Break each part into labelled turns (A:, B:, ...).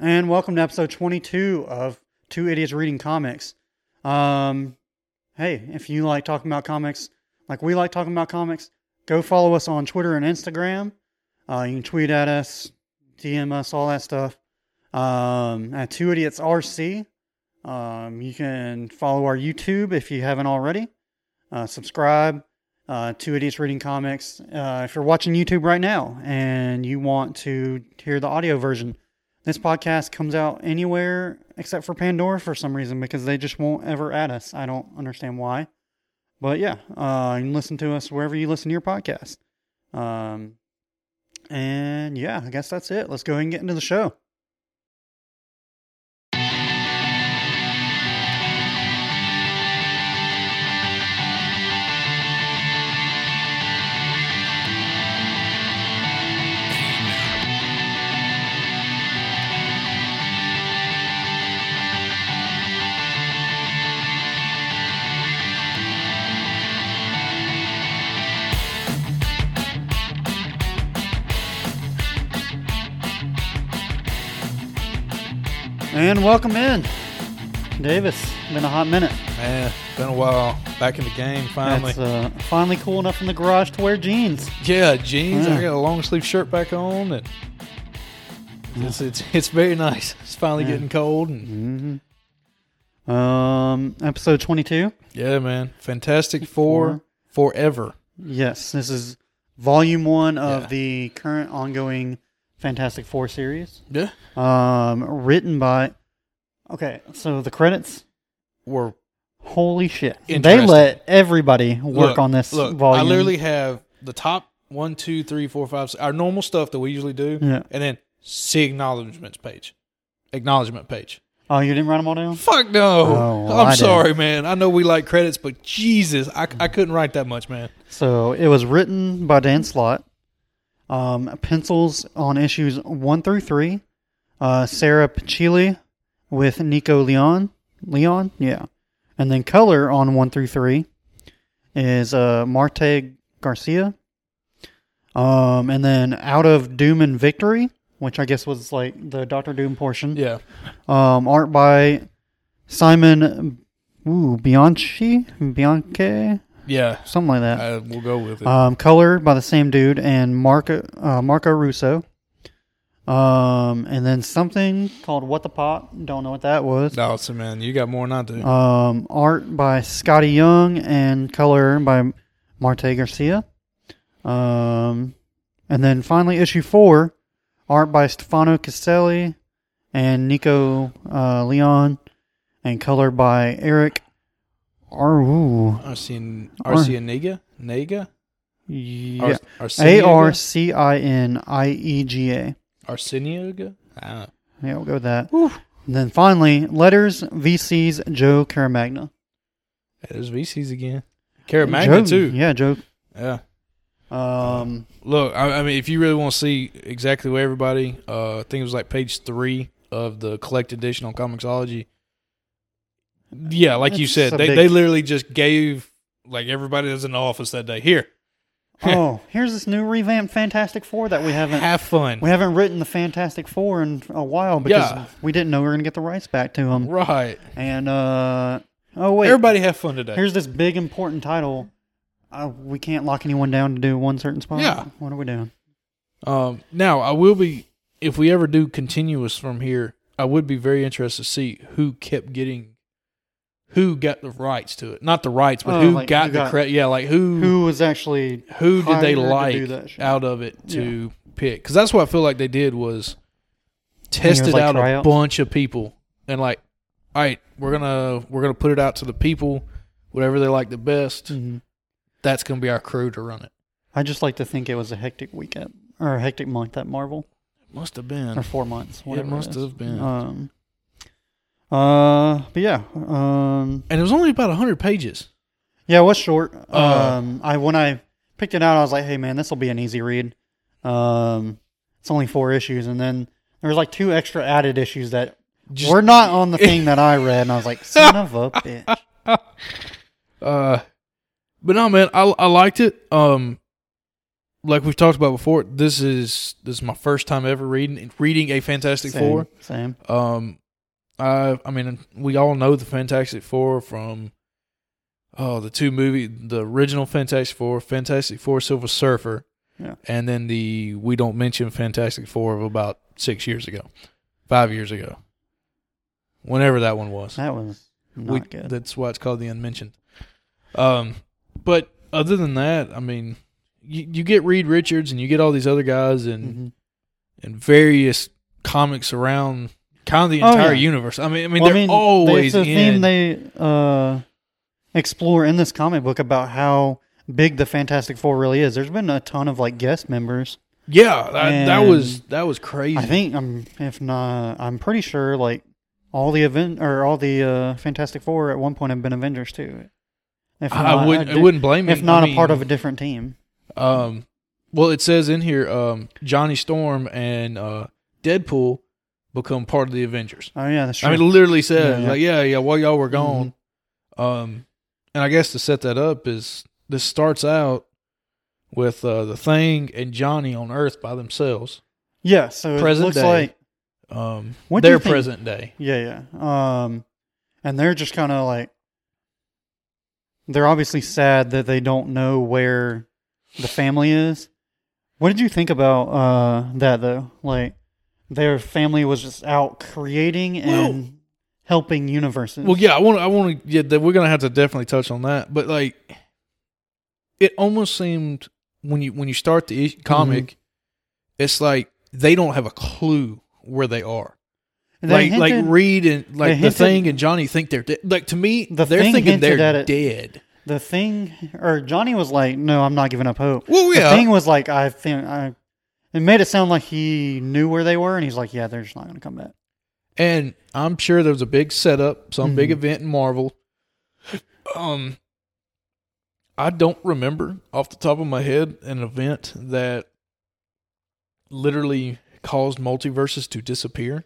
A: and welcome to episode 22 of Two Idiots Reading Comics. Um, hey, if you like talking about comics, like we like talking about comics, go follow us on Twitter and Instagram. Uh, you can tweet at us, DM us, all that stuff. Um, at Two Idiots RC. Um, you can follow our YouTube if you haven't already. Uh, subscribe. Uh, Two Idiots Reading Comics. Uh, if you're watching YouTube right now and you want to hear the audio version, this podcast comes out anywhere except for Pandora for some reason because they just won't ever add us. I don't understand why. But yeah, uh, you can listen to us wherever you listen to your podcast. Um, and yeah, I guess that's it. Let's go ahead and get into the show. And welcome in, Davis. Been a hot minute.
B: Man, been a while. Back in the game finally.
A: That's uh, finally cool enough in the garage to wear jeans.
B: yeah, jeans.
A: Yeah.
B: I got a long sleeve shirt back on, and it's it's, it's very nice. It's finally getting cold,
A: Mm.
B: and
A: Um, episode 22.
B: yeah, man. Fantastic Four forever.
A: Yes, this is volume one of
B: Yeah.
A: the current ongoing Fantastic Four series.
B: Yeah,
A: Um, written by. Okay, so the credits.
B: we're
A: Holy shit! They
B: Interesting.
A: let everybody work
B: look,
A: on this
B: Look,
A: volume.
B: I literally have the top one, two, three, four, five, six, our normal stuff that we usually do,
A: Yeah.
B: and then see acknowledgements page, acknowledgement page.
A: Oh, you didn't write them all down?
B: Fuck no.
A: Oh, well,
B: I'm
A: I did.
B: sorry, man. I know we like credits, but Jesus, I, I couldn't write that much, man.
A: So it was written by Dan Slott. Um, pencils on issues one through three. Uh, Sarah Pachili with Nico Leon. Leon, yeah. And then color on one through three is uh, Marte Garcia. Um, and then out of Doom and Victory, which I guess was like the Doctor Doom portion.
B: Yeah.
A: Um, art by Simon ooh, Bianchi, Bianche,
B: Yeah.
A: something like that.
B: I, we'll go with it.
A: Um, color by the same dude and Marco uh, Marco Russo. Um, and then something called What the Pot. Don't know what that was.
B: Dawson, man, you got more than I do.
A: Um, art by Scotty Young and color by Marte Garcia. Um, and then finally issue four, art by Stefano Caselli and Nico uh, Leon, and color by Eric. Aru.
B: Arsene, Arcianiga? Nega?
A: Yeah.
B: Ars-
A: A R
B: Arciniega?
A: C I N I E G A.
B: Arciniega? Ah.
A: Yeah, we'll go with that. And then finally, letters VC's Joe Caramagna.
B: There's VCs again. Cara Magna,
A: Joe,
B: too.
A: Yeah, Joe.
B: Yeah.
A: Um,
B: Look, I, I mean, if you really want to see exactly where everybody, uh, I think it was like page three of the collected edition on Comicsology. Yeah, like you
A: It's
B: said,
A: a
B: they,
A: big-
B: they literally just gave like everybody that's in the office that day. Here,
A: oh, here's this new revamped Fantastic Four that we haven't
B: have fun.
A: we haven't written the Fantastic Four in a while because
B: Yeah.
A: we didn't know we were gonna get the rights back to them.
B: Right,
A: And uh, oh wait,
B: everybody have fun today.
A: here's this big important title. Uh, we can't lock anyone down to do one certain spot.
B: Yeah.
A: What are we doing?
B: Um, now I will be if we ever do continuous from here. I would be very interested to see who kept getting, who got the rights to it. Not the rights, but
A: Oh,
B: who
A: like,
B: got
A: who
B: the
A: got-
B: credit. Yeah, like who
A: Who was actually
B: who did they
A: hired to do
B: like
A: that shit?
B: out of it to pick? Because that's what I feel like they did
A: it was
B: was tested
A: like
B: out
A: tryouts?
B: a bunch of people and like, all right, we're gonna we're gonna put it out to the people, whatever they like the best.
A: Mhm.
B: That's gonna be our crew to run it.
A: I just like to think it was a hectic weekend or a hectic month at Marvel
B: Must have been.
A: or four months.
B: It
A: Whatever
B: must
A: is.
B: have been.
A: Um. Uh. But yeah. Um.
B: and it was only about hundred pages.
A: Yeah. It was short.
B: Uh.
A: um. I when I picked it out, I was like, "Hey, man, this will be an easy read." Um. It's only four issues, and then there was like two extra added issues that
B: Just-
A: were not on the thing that I read, and I was like, "Son of a bitch."
B: Uh, but no, man, I I liked it. Um, like we've talked about before, this is this is my first time ever reading reading a Fantastic
A: same,
B: Four.
A: Same.
B: Um, I I mean we all know the Fantastic Four from oh the two movie the original Fantastic Four, Fantastic Four Silver Surfer,
A: Yeah.
B: and then the we don't mention Fantastic Four of about six years ago, five years ago, whenever that one was.
A: That was not
B: We-
A: good.
B: That's why it's called the unmentioned. Um, but other than that, I mean, you, you get Reed Richards and you get all these other guys and
A: Mhm.
B: and various comics around kind of the
A: Oh,
B: entire
A: yeah.
B: universe. I mean, I mean
A: Well,
B: they're always
A: that's the
B: in.
A: theme they uh, explore in this comic book about how big the Fantastic Four really is. There's been a ton of like guest members.
B: yeah, that, that
A: And
B: was that was crazy.
A: I think I'm if not I'm pretty sure like all the event or all the uh, Fantastic Four at one point have been Avengers too. If
B: I wouldn't.
A: a
B: I
A: di-
B: wouldn't blame
A: if
B: him.
A: not
B: I
A: a part
B: mean,
A: of a different team.
B: Um, well, it says in here, um, Johnny Storm and uh, Deadpool become part of the Avengers.
A: Oh yeah, that's true.
B: I mean, it literally says
A: Yeah, Mm-hmm. yeah.
B: like, yeah, yeah, while y'all were gone. Um, and I guess to set that up is this starts out with uh, the Thing and Johnny on Earth by themselves.
A: yeah, so it
B: present
A: looks
B: day.
A: like
B: Um,
A: What do you
B: their
A: think-
B: present day.
A: yeah, yeah. Um, and they're just kind of like they're obviously sad that they don't know where the family is. What did you think about uh, that though? Like their family was just out creating and helping universes.
B: Well, yeah, I want, I want to, yeah, that we're gonna have to definitely touch on that. But like, it almost seemed when you when you start the is- comic,
A: Mm-hmm.
B: it's like they don't have a clue where they are.
A: They
B: like, like
A: hinted-
B: Reed and like the
A: hinted-
B: Thing and Johnny think they're dead. Like to me,
A: The
B: they're
A: Thing
B: thinking
A: hinted at
B: they're
A: it.
B: dead.
A: the thing, or Johnny was like, "No, I'm not giving up hope."
B: Well, yeah,
A: The thing was like, "I think I." It made it sound like he knew where they were, and he's like, "Yeah, they're just not going to come back."
B: And I'm sure there was a big setup, some big
A: Mhm.
B: event in Marvel. Um, I don't remember off the top of my head an event that literally caused multiverses to disappear.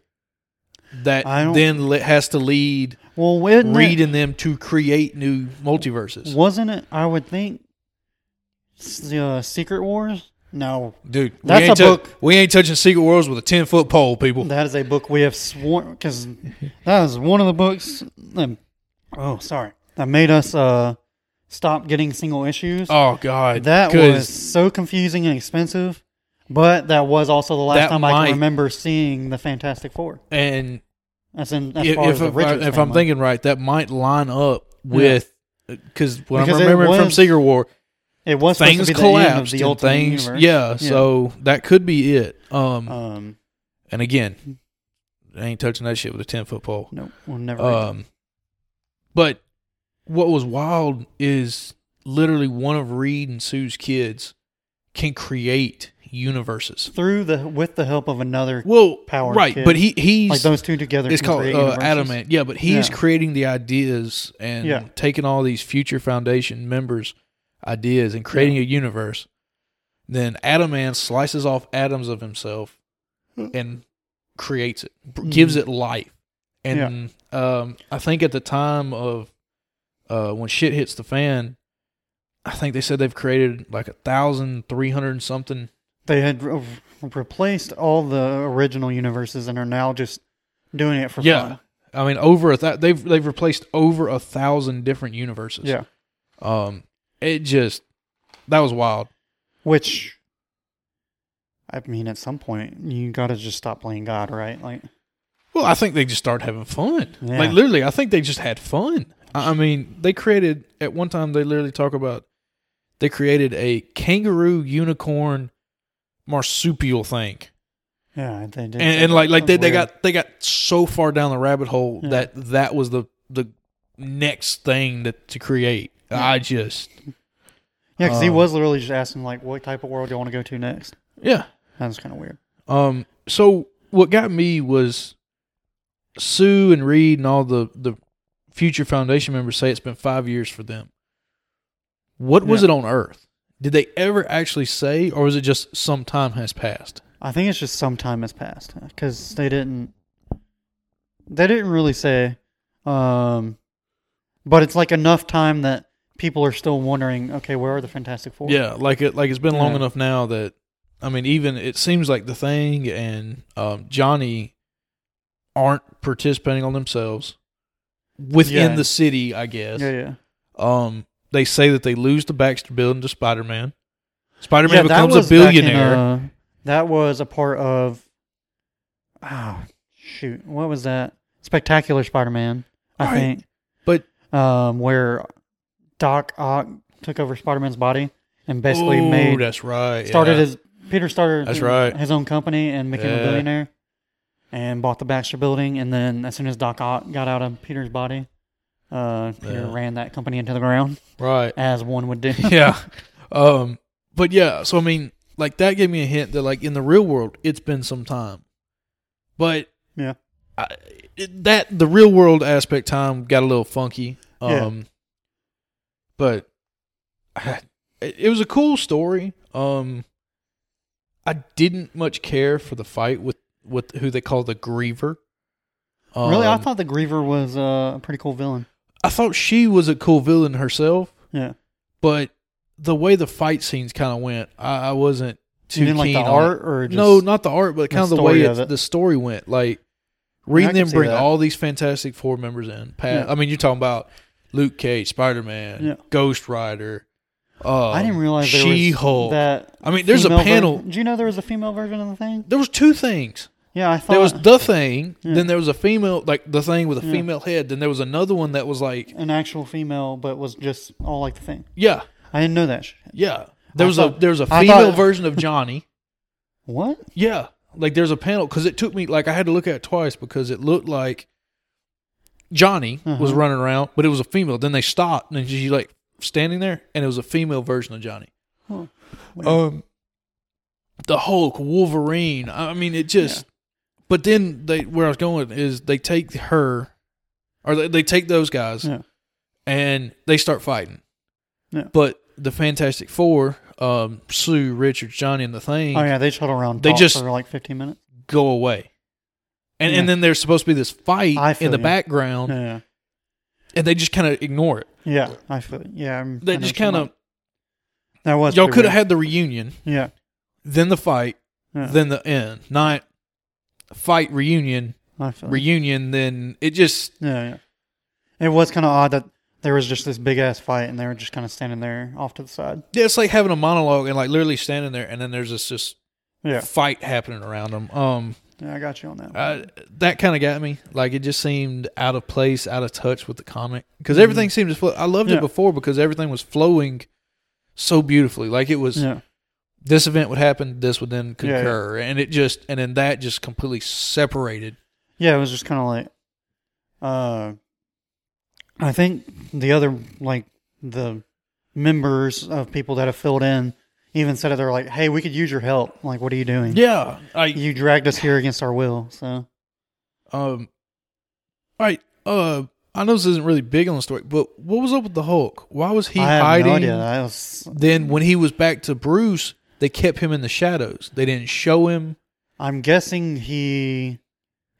B: That
A: I don't-
B: then le- has to lead
A: Well, wasn't it,
B: reading them to create new multiverses.
A: wasn't it? I would think s- uh, Secret Wars. No,
B: Dude,
A: That's
B: we ain't
A: a
B: tou-
A: book.
B: We ain't touching Secret Worlds with a ten foot pole, people.
A: that is a book we have sworn because that is one of the books. um, oh, sorry, that made us uh, stop getting single issues.
B: Oh God,
A: That
B: 'Cause
A: was so confusing and expensive, but that was also the
B: That
A: last time I
B: might-
A: can remember seeing the Fantastic Four.
B: and
A: That's in as
B: if,
A: far
B: if,
A: as the
B: if I,
A: Richards
B: if I'm
A: family.
B: thinking right, that might line up with because what
A: Because it
B: I'm remembering from
A: was
B: Secret War,
A: it was supposed
B: things
A: to be the end of
B: collapsed
A: the
B: and
A: Ultimate
B: things.
A: Universe.
B: Yeah, so that could be it. Um,
A: um,
B: and again, I ain't touching that shit with a ten foot pole.
A: no, we'll never. read
B: Um, but what was wild is literally one of Reed and Sue's kids can create universes.
A: it. through the with the help of another,
B: Well,
A: Power
B: right,
A: kid.
B: but he he's
A: like those two together.
B: it's
A: can
B: called
A: create
B: uh,
A: universes.
B: adamant yeah but he's
A: Yeah.
B: creating the ideas and
A: Yeah.
B: taking all these future foundation members ideas and creating a universe then adamant slices off atoms of himself and creates it
A: Hmm.
B: b- gives it life and um, i think at the time of uh, when shit hits the fan i think they said they've created like a thousand three hundred and something
A: They had re- replaced all the original universes and are now just doing it for
B: Yeah.
A: fun.
B: i mean over a th- they've they've replaced over a thousand different universes
A: Yeah,
B: Um, it just that was wild.
A: which. I mean, at some point, you gotta just stop playing God, right? Like,
B: Well, I think they just started having fun.
A: Yeah.
B: Like literally, I think they just had fun. I I mean, they created at one time. They literally talk about they created a kangaroo unicorn marsupial thing,
A: Yeah, they did.
B: and,
A: say that.
B: and like like they,
A: That's
B: they
A: weird.
B: got they got so far down the rabbit hole
A: Yeah.
B: that that was the the next thing that to create. I just
A: yeah, because he
B: um,
A: was literally just asking like, what type of world do you want to go to next?
B: yeah.
A: That was kind of weird.
B: Um. So what got me was Sue and Reed and all the the future foundation members say it's been five years for them. What was
A: Yeah.
B: it on Earth? Did they ever actually say, or was it just some time has passed?
A: I think it's just some time has passed because they didn't. They didn't really say, um, but it's like enough time that people are still wondering, okay, where are the Fantastic Four?
B: Yeah, like it like it's been long
A: Yeah.
B: enough now that I mean, even it seems like the thing and um, Johnny aren't participating on themselves within
A: Yeah.
B: the city. I guess.
A: yeah, yeah.
B: Um, they say that they lose the Baxter Building to Spider Man. Spider Man
A: Yeah, that
B: becomes
A: was
B: a
A: back in,
B: billionaire.
A: uh, that was a part of. Oh, shoot. What was that? Spectacular Spider Man, I
B: Right.
A: think.
B: But-
A: Um, where Doc Ock took over Spider Man's body and basically
B: oh,
A: made.
B: that's right.
A: Started
B: yeah.
A: his. Peter started
B: That's right.
A: his own company and became a
B: Yeah.
A: billionaire and bought the Baxter building. And then as soon as Doc Ock got out of Peter's body, uh, Peter
B: Yeah.
A: ran that company into the ground,
B: right.
A: as one would do.
B: yeah. Um, but yeah, so I mean, like that gave me a hint that like in the real world, it's been some time, but
A: Yeah.
B: I, it, that the real world aspect time got a little funky.
A: Yeah.
B: Um, but it, it was a cool story. Um, I didn't much care for the fight with with who they call the Griever. Um,
A: really? I thought the Griever was uh, a pretty cool villain.
B: I thought she was a cool villain herself.
A: Yeah.
B: but the way the fight scenes kind of went, I, I wasn't too
A: you mean like
B: keen
A: the
B: on
A: art or
B: It.
A: just
B: no, not the art, but kind of the,
A: story
B: way
A: of
B: it,
A: it.
B: the story went. Like reading
A: can
B: them
A: see
B: bring
A: that.
B: all these Fantastic Four members in. Pat,
A: Yeah.
B: I mean, you're talking about Luke Cage, Spider Man,
A: Yeah.
B: Ghost Rider. Uh,
A: I didn't realize there was
B: She-Hulk.
A: that.
B: I mean, there's a
A: female ver-
B: panel.
A: Do you know there was a female version of the thing?
B: there was two things.
A: Yeah, I thought
B: There was the thing.
A: Yeah.
B: Then there was a female, like the thing with a
A: Yeah.
B: female head. Then there was another one that was like,
A: an actual female, but was just all like the thing.
B: yeah,
A: I didn't know that. shit.
B: yeah. There
A: I
B: was a
A: thought-
B: there was a
A: I
B: female
A: thought-
B: version of Johnny.
A: What?
B: Yeah, like there's a panel because it took me like I had to look at it twice because it looked like Johnny was
A: Uh-huh.
B: running around, but it was a female. Then they stopped and she's like standing there, and it was a female version of Johnny.
A: Huh. Weird.
B: Um, the Hulk, Wolverine. I I mean, it just. But then they where I was going is they take her, or they, they take those guys,
A: Yeah.
B: and they start fighting.
A: Yeah.
B: But the Fantastic Four, um, Sue, Richards, Johnny, and the Thing
A: Oh yeah, they shut around.
B: They
A: They
B: just-
A: just for like fifteen minutes.
B: go away. And
A: Yeah.
B: and then there's supposed to be this fight
A: I
B: in
A: feel
B: the
A: you.
B: background,
A: Yeah,
B: and they just kind of ignore it.
A: yeah, I feel. it. Yeah, I'm, I
B: They
A: know
B: just
A: what you're
B: kind of
A: talking about. That was
B: y'all
A: pretty
B: could have
A: weird.
B: had the reunion,
A: Yeah,
B: then the fight,
A: yeah.
B: then the end, not fight reunion
A: I feel. you.
B: reunion. Then it just
A: Yeah, yeah. It was kind of odd that there was just this big ass fight, and they were just kind of standing there off to the side.
B: yeah, it's like having a monologue and like literally standing there, and then there's this just
A: Yeah,
B: fight happening around them. Um,
A: yeah I got you on that. one.
B: I, that kind of got me. Like it just seemed out of place, out of touch with the comic because everything seemed to flow. I loved
A: Mm-hmm.
B: it
A: Yeah.
B: before because everything was flowing so beautifully. Like it was.
A: yeah,
B: this event would happen, this would then
A: Yeah, yeah.
B: concur, and it just and then that just completely separated.
A: yeah. It was just kind of like, uh, I think the other like the members of people that have filled in even said it. They're like, "Hey, we could use your help. Like, what are you doing?
B: Yeah, I
A: You dragged us here against our will." So
B: um, all right, uh, I know this isn't really big on the story, but what was up with the Hulk? Why was he
A: I have
B: hiding?
A: no idea. That was
B: Then when he was back to Bruce, they kept him in the shadows. They didn't show him.
A: I'm guessing he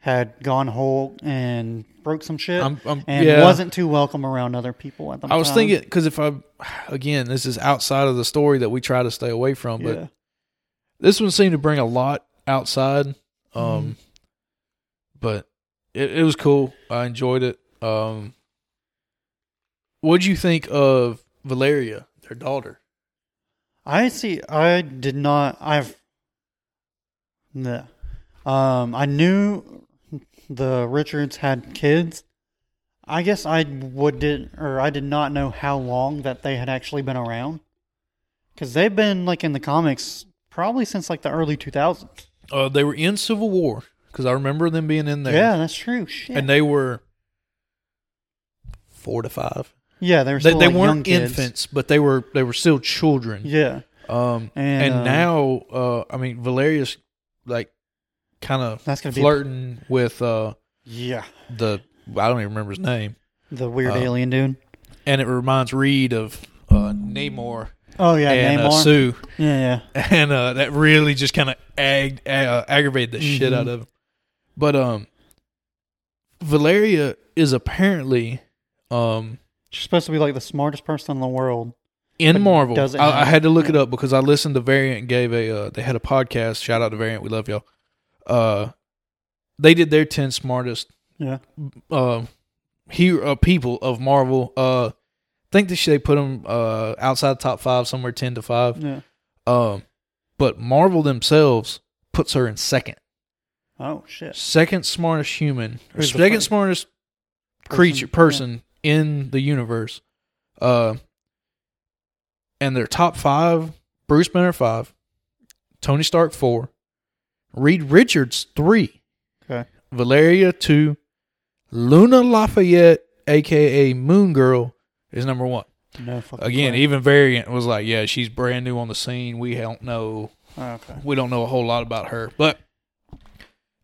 A: had gone Hulk and broke some shit
B: I'm, I'm
A: and
B: yeah.
A: wasn't too welcome around other people at the time.
B: I was thinking because if I again, this is outside of the story that we try to stay away from, but
A: yeah,
B: this one seemed to bring a lot outside um but it, it was cool i enjoyed it um what'd you think of valeria their daughter
A: I see. I did not. I've. No, um, I knew the Richards had kids. I guess I would did or I did not know how long that they had actually been around, because they've been like in the comics probably since like the early 2000s.
B: uh they were in civil war because i remember them being in there
A: Yeah, that's true. Shit.
B: and they were four to five
A: yeah, they were
B: they,
A: still
B: they
A: like, young
B: weren't
A: kids.
B: infants but they were they were still children
A: Yeah,
B: um and,
A: And, uh,
B: now uh i mean valeria's like kind of
A: That's gonna be-
B: flirting with uh
A: yeah.
B: the i don't even remember his name
A: The weird
B: Uh,
A: alien dude.
B: and it reminds Reed of uh, Namor
A: Oh yeah,
B: and uh,
A: Namor.
B: Sue,
A: yeah, yeah.
B: and uh, that really just kind of ag- uh, aggravated the shit
A: Mhm.
B: out of him. But um, Valeria is apparently um
A: She's supposed to be like the smartest person in the world.
B: in
A: But
B: Marvel.
A: does it
B: I, I
A: have-
B: had to look it up because I listened to Variant gave a uh, they had a podcast. Shout out to Variant, we love y'all. Uh, they did their ten smartest
A: Yeah.
B: uh, hero uh, people of Marvel. Uh, I think that they put them uh outside the top five somewhere ten to five.
A: Yeah.
B: Um, but Marvel themselves puts her in second,
A: Oh shit.
B: second smartest human, or
A: Who's the
B: second
A: first?
B: smartest
A: Person,
B: creature
A: yeah.
B: person in the universe. Uh and their top five, Bruce Banner five, Tony Stark four, Reed Richards three,
A: Okay.
B: Valeria two, Luna Lafayette, aka Moon Girl, is number one.
A: No fucking.
B: Again,
A: clue.
B: even Variant was like, Yeah, she's brand new on the scene. We don't know
A: Oh, okay.
B: we don't know a whole lot about her. But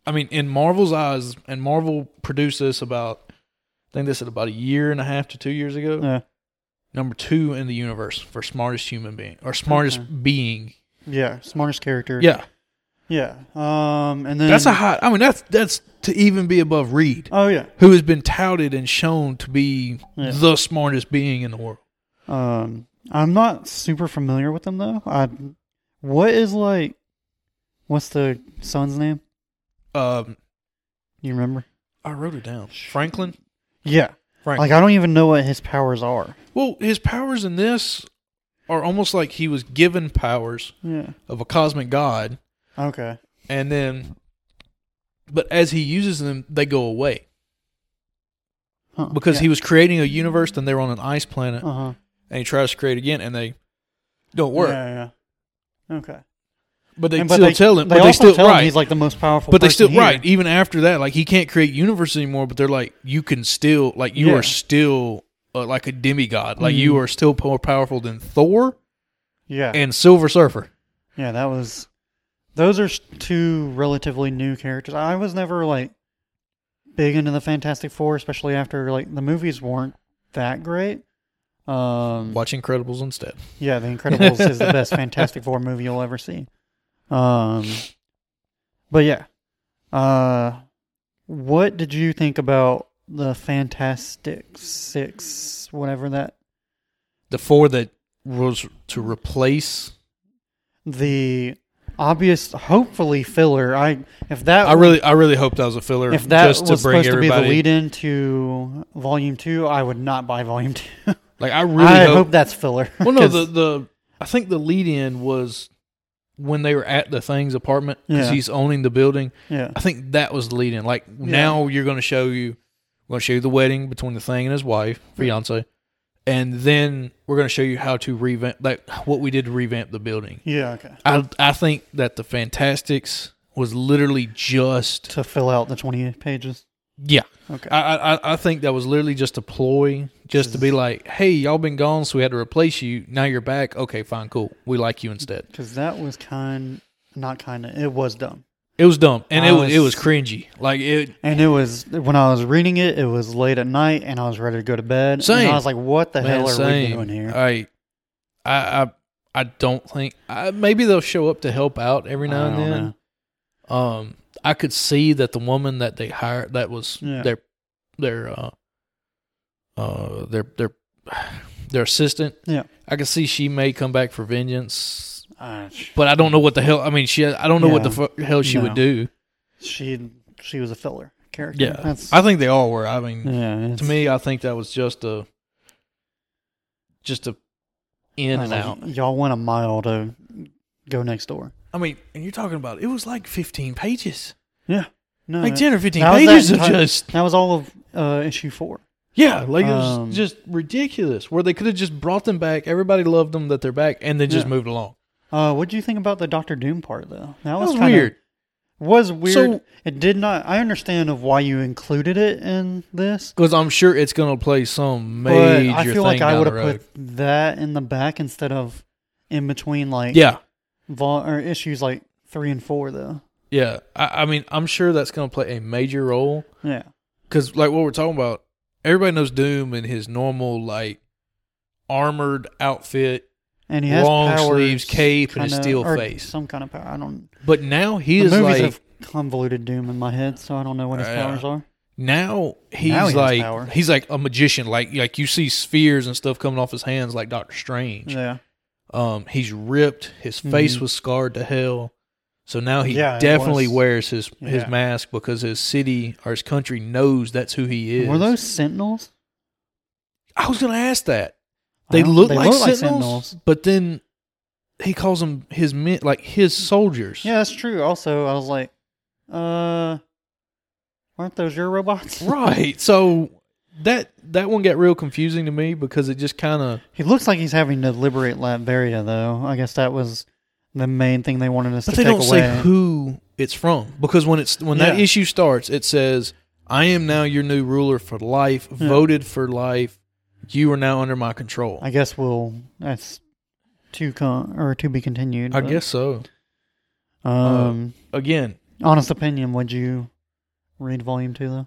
B: I mean, in Marvel's eyes, and Marvel produced this about I think this is about a year and a half to two years ago.
A: Yeah.
B: Number two in the universe for smartest human being or smartest
A: Okay.
B: being.
A: Yeah. Smartest character.
B: Yeah,
A: Yeah. Um. And then
B: that's a high. I mean, that's that's to even be above Reed,
A: Oh yeah.
B: who has been touted and shown to be
A: Yeah.
B: the smartest being in the world.
A: Um. I'm not super familiar with them though. I. What is like? What's the son's name?
B: Um,
A: You remember?
B: I wrote it down. Franklin.
A: Yeah.
B: Franklin.
A: Like I don't even know what his powers are.
B: well, his powers in this are almost like he was given powers
A: Yeah.
B: of a cosmic god
A: Okay.
B: and then but as he uses them they go away
A: Huh.
B: because he was creating a universe then they were on an ice planet
A: Uh huh.
B: and he tries to create again and they don't work
A: Yeah. Yeah. Okay.
B: but they
A: And-
B: still tell him but they
A: also
B: still
A: tell him
B: right
A: he's like the most powerful.
B: but they
A: person
B: still
A: here.
B: right even after that like he can't create universes anymore but they're like you can still like you
A: Yeah.
B: are still uh, like a demigod like you
A: Mhm.
B: are still more powerful than thor
A: Yeah.
B: and silver surfer
A: Yeah, that was. Those are s- two relatively new characters. I was never like big into the Fantastic Four, especially after like the movies weren't that great. Um,
B: watch incredibles instead
A: yeah, The Incredibles is the best Fantastic Four movie you'll ever see. Um, but yeah, uh, what did you think about the Fantastic Six, whatever that
B: the four that was to replace
A: the obvious, hopefully filler? I if that
B: I really, I really hope that was a filler.
A: if that
B: just to
A: was
B: bring
A: supposed to be the
B: everybody-
A: lead in to volume two, I would not buy volume two.
B: Like I really
A: I hope,
B: hope.
A: that's filler.
B: well, no,
A: 'Cause-
B: the the I think the lead in was when they were at the thing's apartment because
A: Yeah.
B: he's owning the building.
A: yeah,
B: I think that was the lead in. Like now you're going to show you, we're going to show you the wedding between the thing and his wife, fiance, and then we're going to show you how to revamp like what we did to revamp the building.
A: yeah, okay.
B: I I think that the Fantastics was literally just
A: To fill out the twenty pages.
B: yeah.
A: Okay.
B: I, I- I I think that was literally just a ploy, just to be like, "Hey, y'all been gone, so we had to replace you. Now you're back. Okay, fine, cool. We like you instead."
A: Because that was kind, not kind of. It was dumb,
B: It was dumb, and
A: I
B: it was
A: was-
B: it was cringy. Like it,
A: and it was when I was reading it. It was late at night, and I was ready to go to bed. And
B: Same.
A: I was like, "What the
B: man,
A: hell are
B: same.
A: we doing here?"
B: I, I, I, I don't think. I, maybe they'll show up to help out every now
A: I
B: and
A: don't
B: then. Um, I could see that the woman that they hired, that was
A: Yeah.
B: their, their, uh, uh, their their their assistant.
A: Yeah.
B: I could see she may come back for vengeance.
A: Uh, sh-
B: But I don't know what the hell. I mean, she. I don't know what the fu- hell she would
A: No.
B: do.
A: she she was a filler character.
B: Yeah,
A: that's
B: I think they all were. I mean,
A: yeah.
B: to me, I think that was just a, just a, in and out.
A: Y'all went a mile to go next door.
B: I mean, and you're talking about it was like 15 pages,
A: Yeah. No.
B: like
A: it-
B: 10 or 15
A: How's Uh, that
B: pages of
A: entire-
B: just
A: That was all of uh, issue four.
B: yeah, like it was
A: Um,
B: just ridiculous. Where they could have just brought them back. Everybody loved them that they're back, and then just
A: Yeah.
B: moved along.
A: Uh, what do you think about the Doctor Doom part though? That
B: That was,
A: was, kinda,
B: weird.
A: Was weird.
B: So-
A: it did not. I understand of why you included it in this,
B: Because I'm sure it's gonna play some
A: but
B: major.
A: I feel like
B: thing
A: I
B: down
A: would
B: the
A: have
B: road.
A: put that in the back instead of in between like
B: Yeah,
A: vol- or issues like three and four though.
B: yeah. I, I mean, I'm sure that's gonna play a major role.
A: Yeah.
B: because like what we're talking about, everybody knows Doom in his normal like armored outfit,
A: And he has
B: Long
A: powers,
B: sleeves, cape, and a
A: kinda-
B: steel
A: or
B: face.
A: Some kind of power. I don't.
B: but now he
A: the
B: is
A: movies
B: like
A: have convoluted Doom in my head, so I don't know what his
B: Yeah.
A: powers are.
B: Now
A: Now
B: he's
A: he has
B: like
A: power.
B: he's like a magician. Like like you see spheres and stuff coming off his hands, like Doctor Strange.
A: Yeah.
B: Um, he's ripped. His face
A: Mhm.
B: was scarred to hell. So now he
A: Yeah, it
B: definitely
A: was.
B: wears his his
A: Yeah.
B: mask because his city or his country knows that's who he is.
A: Were those Sentinels?
B: I was gonna ask that.
A: I
B: They
A: don't-
B: look like sentinels, but then he calls them his men, like his soldiers.
A: Yeah, that's true. Also, I was like, uh, aren't those your robots?
B: right. So that that one got real confusing to me because it just kind of
A: He looks like he's having to liberate Latveria, though. I guess that was the main thing they wanted us
B: But
A: to
B: they
A: take
B: don't
A: away.
B: say who it's from because when it's when that
A: Yeah.
B: issue starts, it says, "I am now your new ruler for life,
A: Yeah.
B: voted for life. You are now under my control."
A: I
B: I,
A: guess we'll. That's to con or to be continued. but,
B: guess uh, so.
A: Um,
B: Again,
A: honest opinion. Would you read volume two though?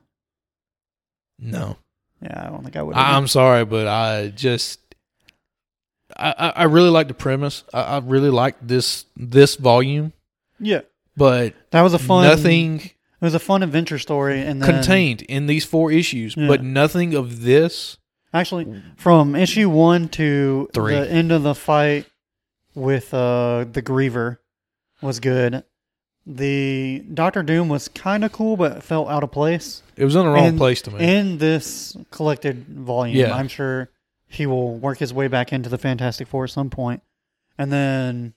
B: no.
A: Yeah, I don't think I would.
B: I, um, I'm sorry, but I just I, I, I really like the premise. I, I really like this this volume,
A: yeah,
B: but
A: that was a fun.
B: nothing
A: It was a fun adventure story, and then
B: contained in these four issues,
A: Yeah.
B: but nothing of this.
A: Actually, from issue one to
B: Three.
A: the end of the fight with uh, the Griever was good. The Doctor Doom was kind of cool, but felt out of place
B: It was in the wrong
A: And-
B: place to me.
A: in this collected volume.
B: Yeah.
A: I'm sure he will work his way back into the Fantastic Four at some point. And then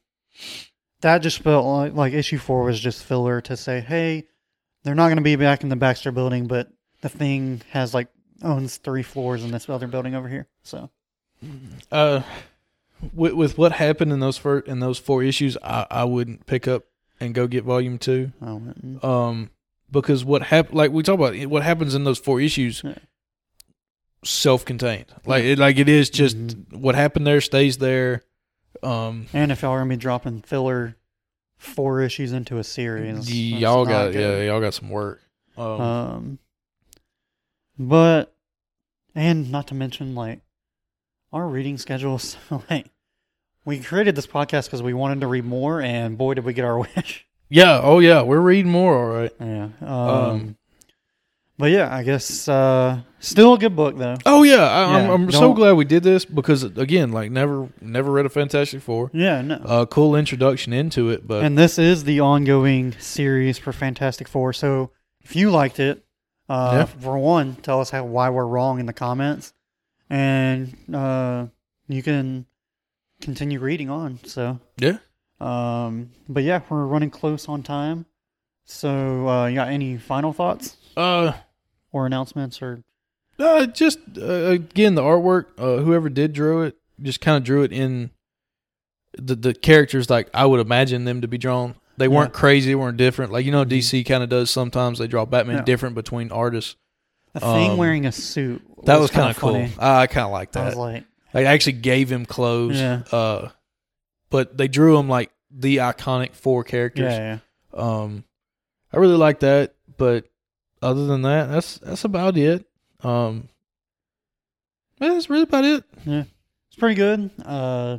A: that just felt like, like issue four was just filler to say, hey, they're not going to be back in the Baxter building, but the thing has like owns three floors in this other building over here. So
B: uh, with, with what happened in those fir- in those four issues, I, I wouldn't pick up and go get volume two.
A: I wouldn't.
B: Um, because what happened, like we talk about, it, what happens in those four issues,
A: Yeah.
B: self-contained. Like it, like it is just
A: Mhm.
B: what happened there stays there. Um,
A: And if y'all are going to be dropping filler four issues into a series, that's
B: y'all got
A: not
B: yeah,
A: good.
B: y'all got some work. Um,
A: Um, but and not to mention like our reading schedules. like we created this podcast because we wanted to read more, and boy, did we get our wish.
B: yeah, oh yeah, we're reading more. All right.
A: yeah. Um,
B: Um,
A: but yeah, I guess uh, still a good book though.
B: Oh yeah, I,
A: Yeah,
B: I'm, I'm so
A: don't-
B: glad we did this because again, like never never read a Fantastic Four.
A: Yeah. No.
B: Uh, cool introduction into it, but
A: and this is the ongoing series for Fantastic Four. So if you liked it, uh, for one, tell us how why we're wrong in the comments, and uh, you can continue reading on. So
B: yeah,
A: um, but yeah, we're running close on time. So uh, you got any final thoughts
B: uh,
A: or announcements or
B: uh just uh, again the artwork. Uh, whoever did drew it just kind of drew it in the the characters like I would imagine them to be drawn. They
A: Yeah.
B: weren't
A: Mm-hmm.
B: crazy, they weren't different. Like you know, DC kind of does sometimes. They draw Batman
A: Yeah.
B: different between artists.
A: a thing
B: Um,
A: wearing a suit?
B: That was, kind of cool.
A: funny.
B: I, I kind of like
A: I
B: that.
A: was like,
B: They actually gave him clothes.
A: Yeah.
B: Uh, but they drew him like the iconic four
A: yeah,
B: characters.
A: yeah.
B: Um, I really like that. But other than that, that's that's about it. Um, yeah, that's really about it.
A: it's pretty good. Uh,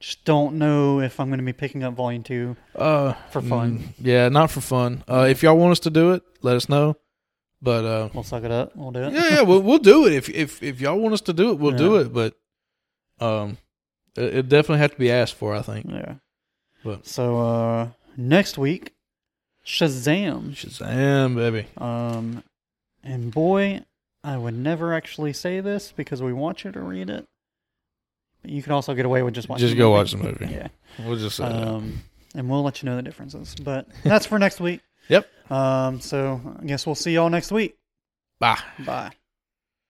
A: just don't know if I'm going to be picking up volume two.
B: Uh,
A: For fun.
B: mm, yeah, not for fun. Uh, if y'all want us to do it, let us know. But uh,
A: We'll suck it up. We'll do it.
B: yeah, yeah, we'll we'll do it. If if if y'all want us to do it, we'll do
A: Yeah.
B: it. But um, it, it definitely have to be asked for. I think
A: Yeah.
B: But-
A: so uh, next week, Shazam.
B: Shazam, baby.
A: Um, and boy, I would never actually say this because we want you to read it. But you can also get away with just watching.
B: Just
A: the
B: go
A: movie.
B: watch the movie.
A: Yeah.
B: We'll just say that.
A: Um, and we'll let you know the differences. But that's for next week.
B: Yep.
A: Um, so I guess we'll see y'all next week.
B: Bye.
A: Bye.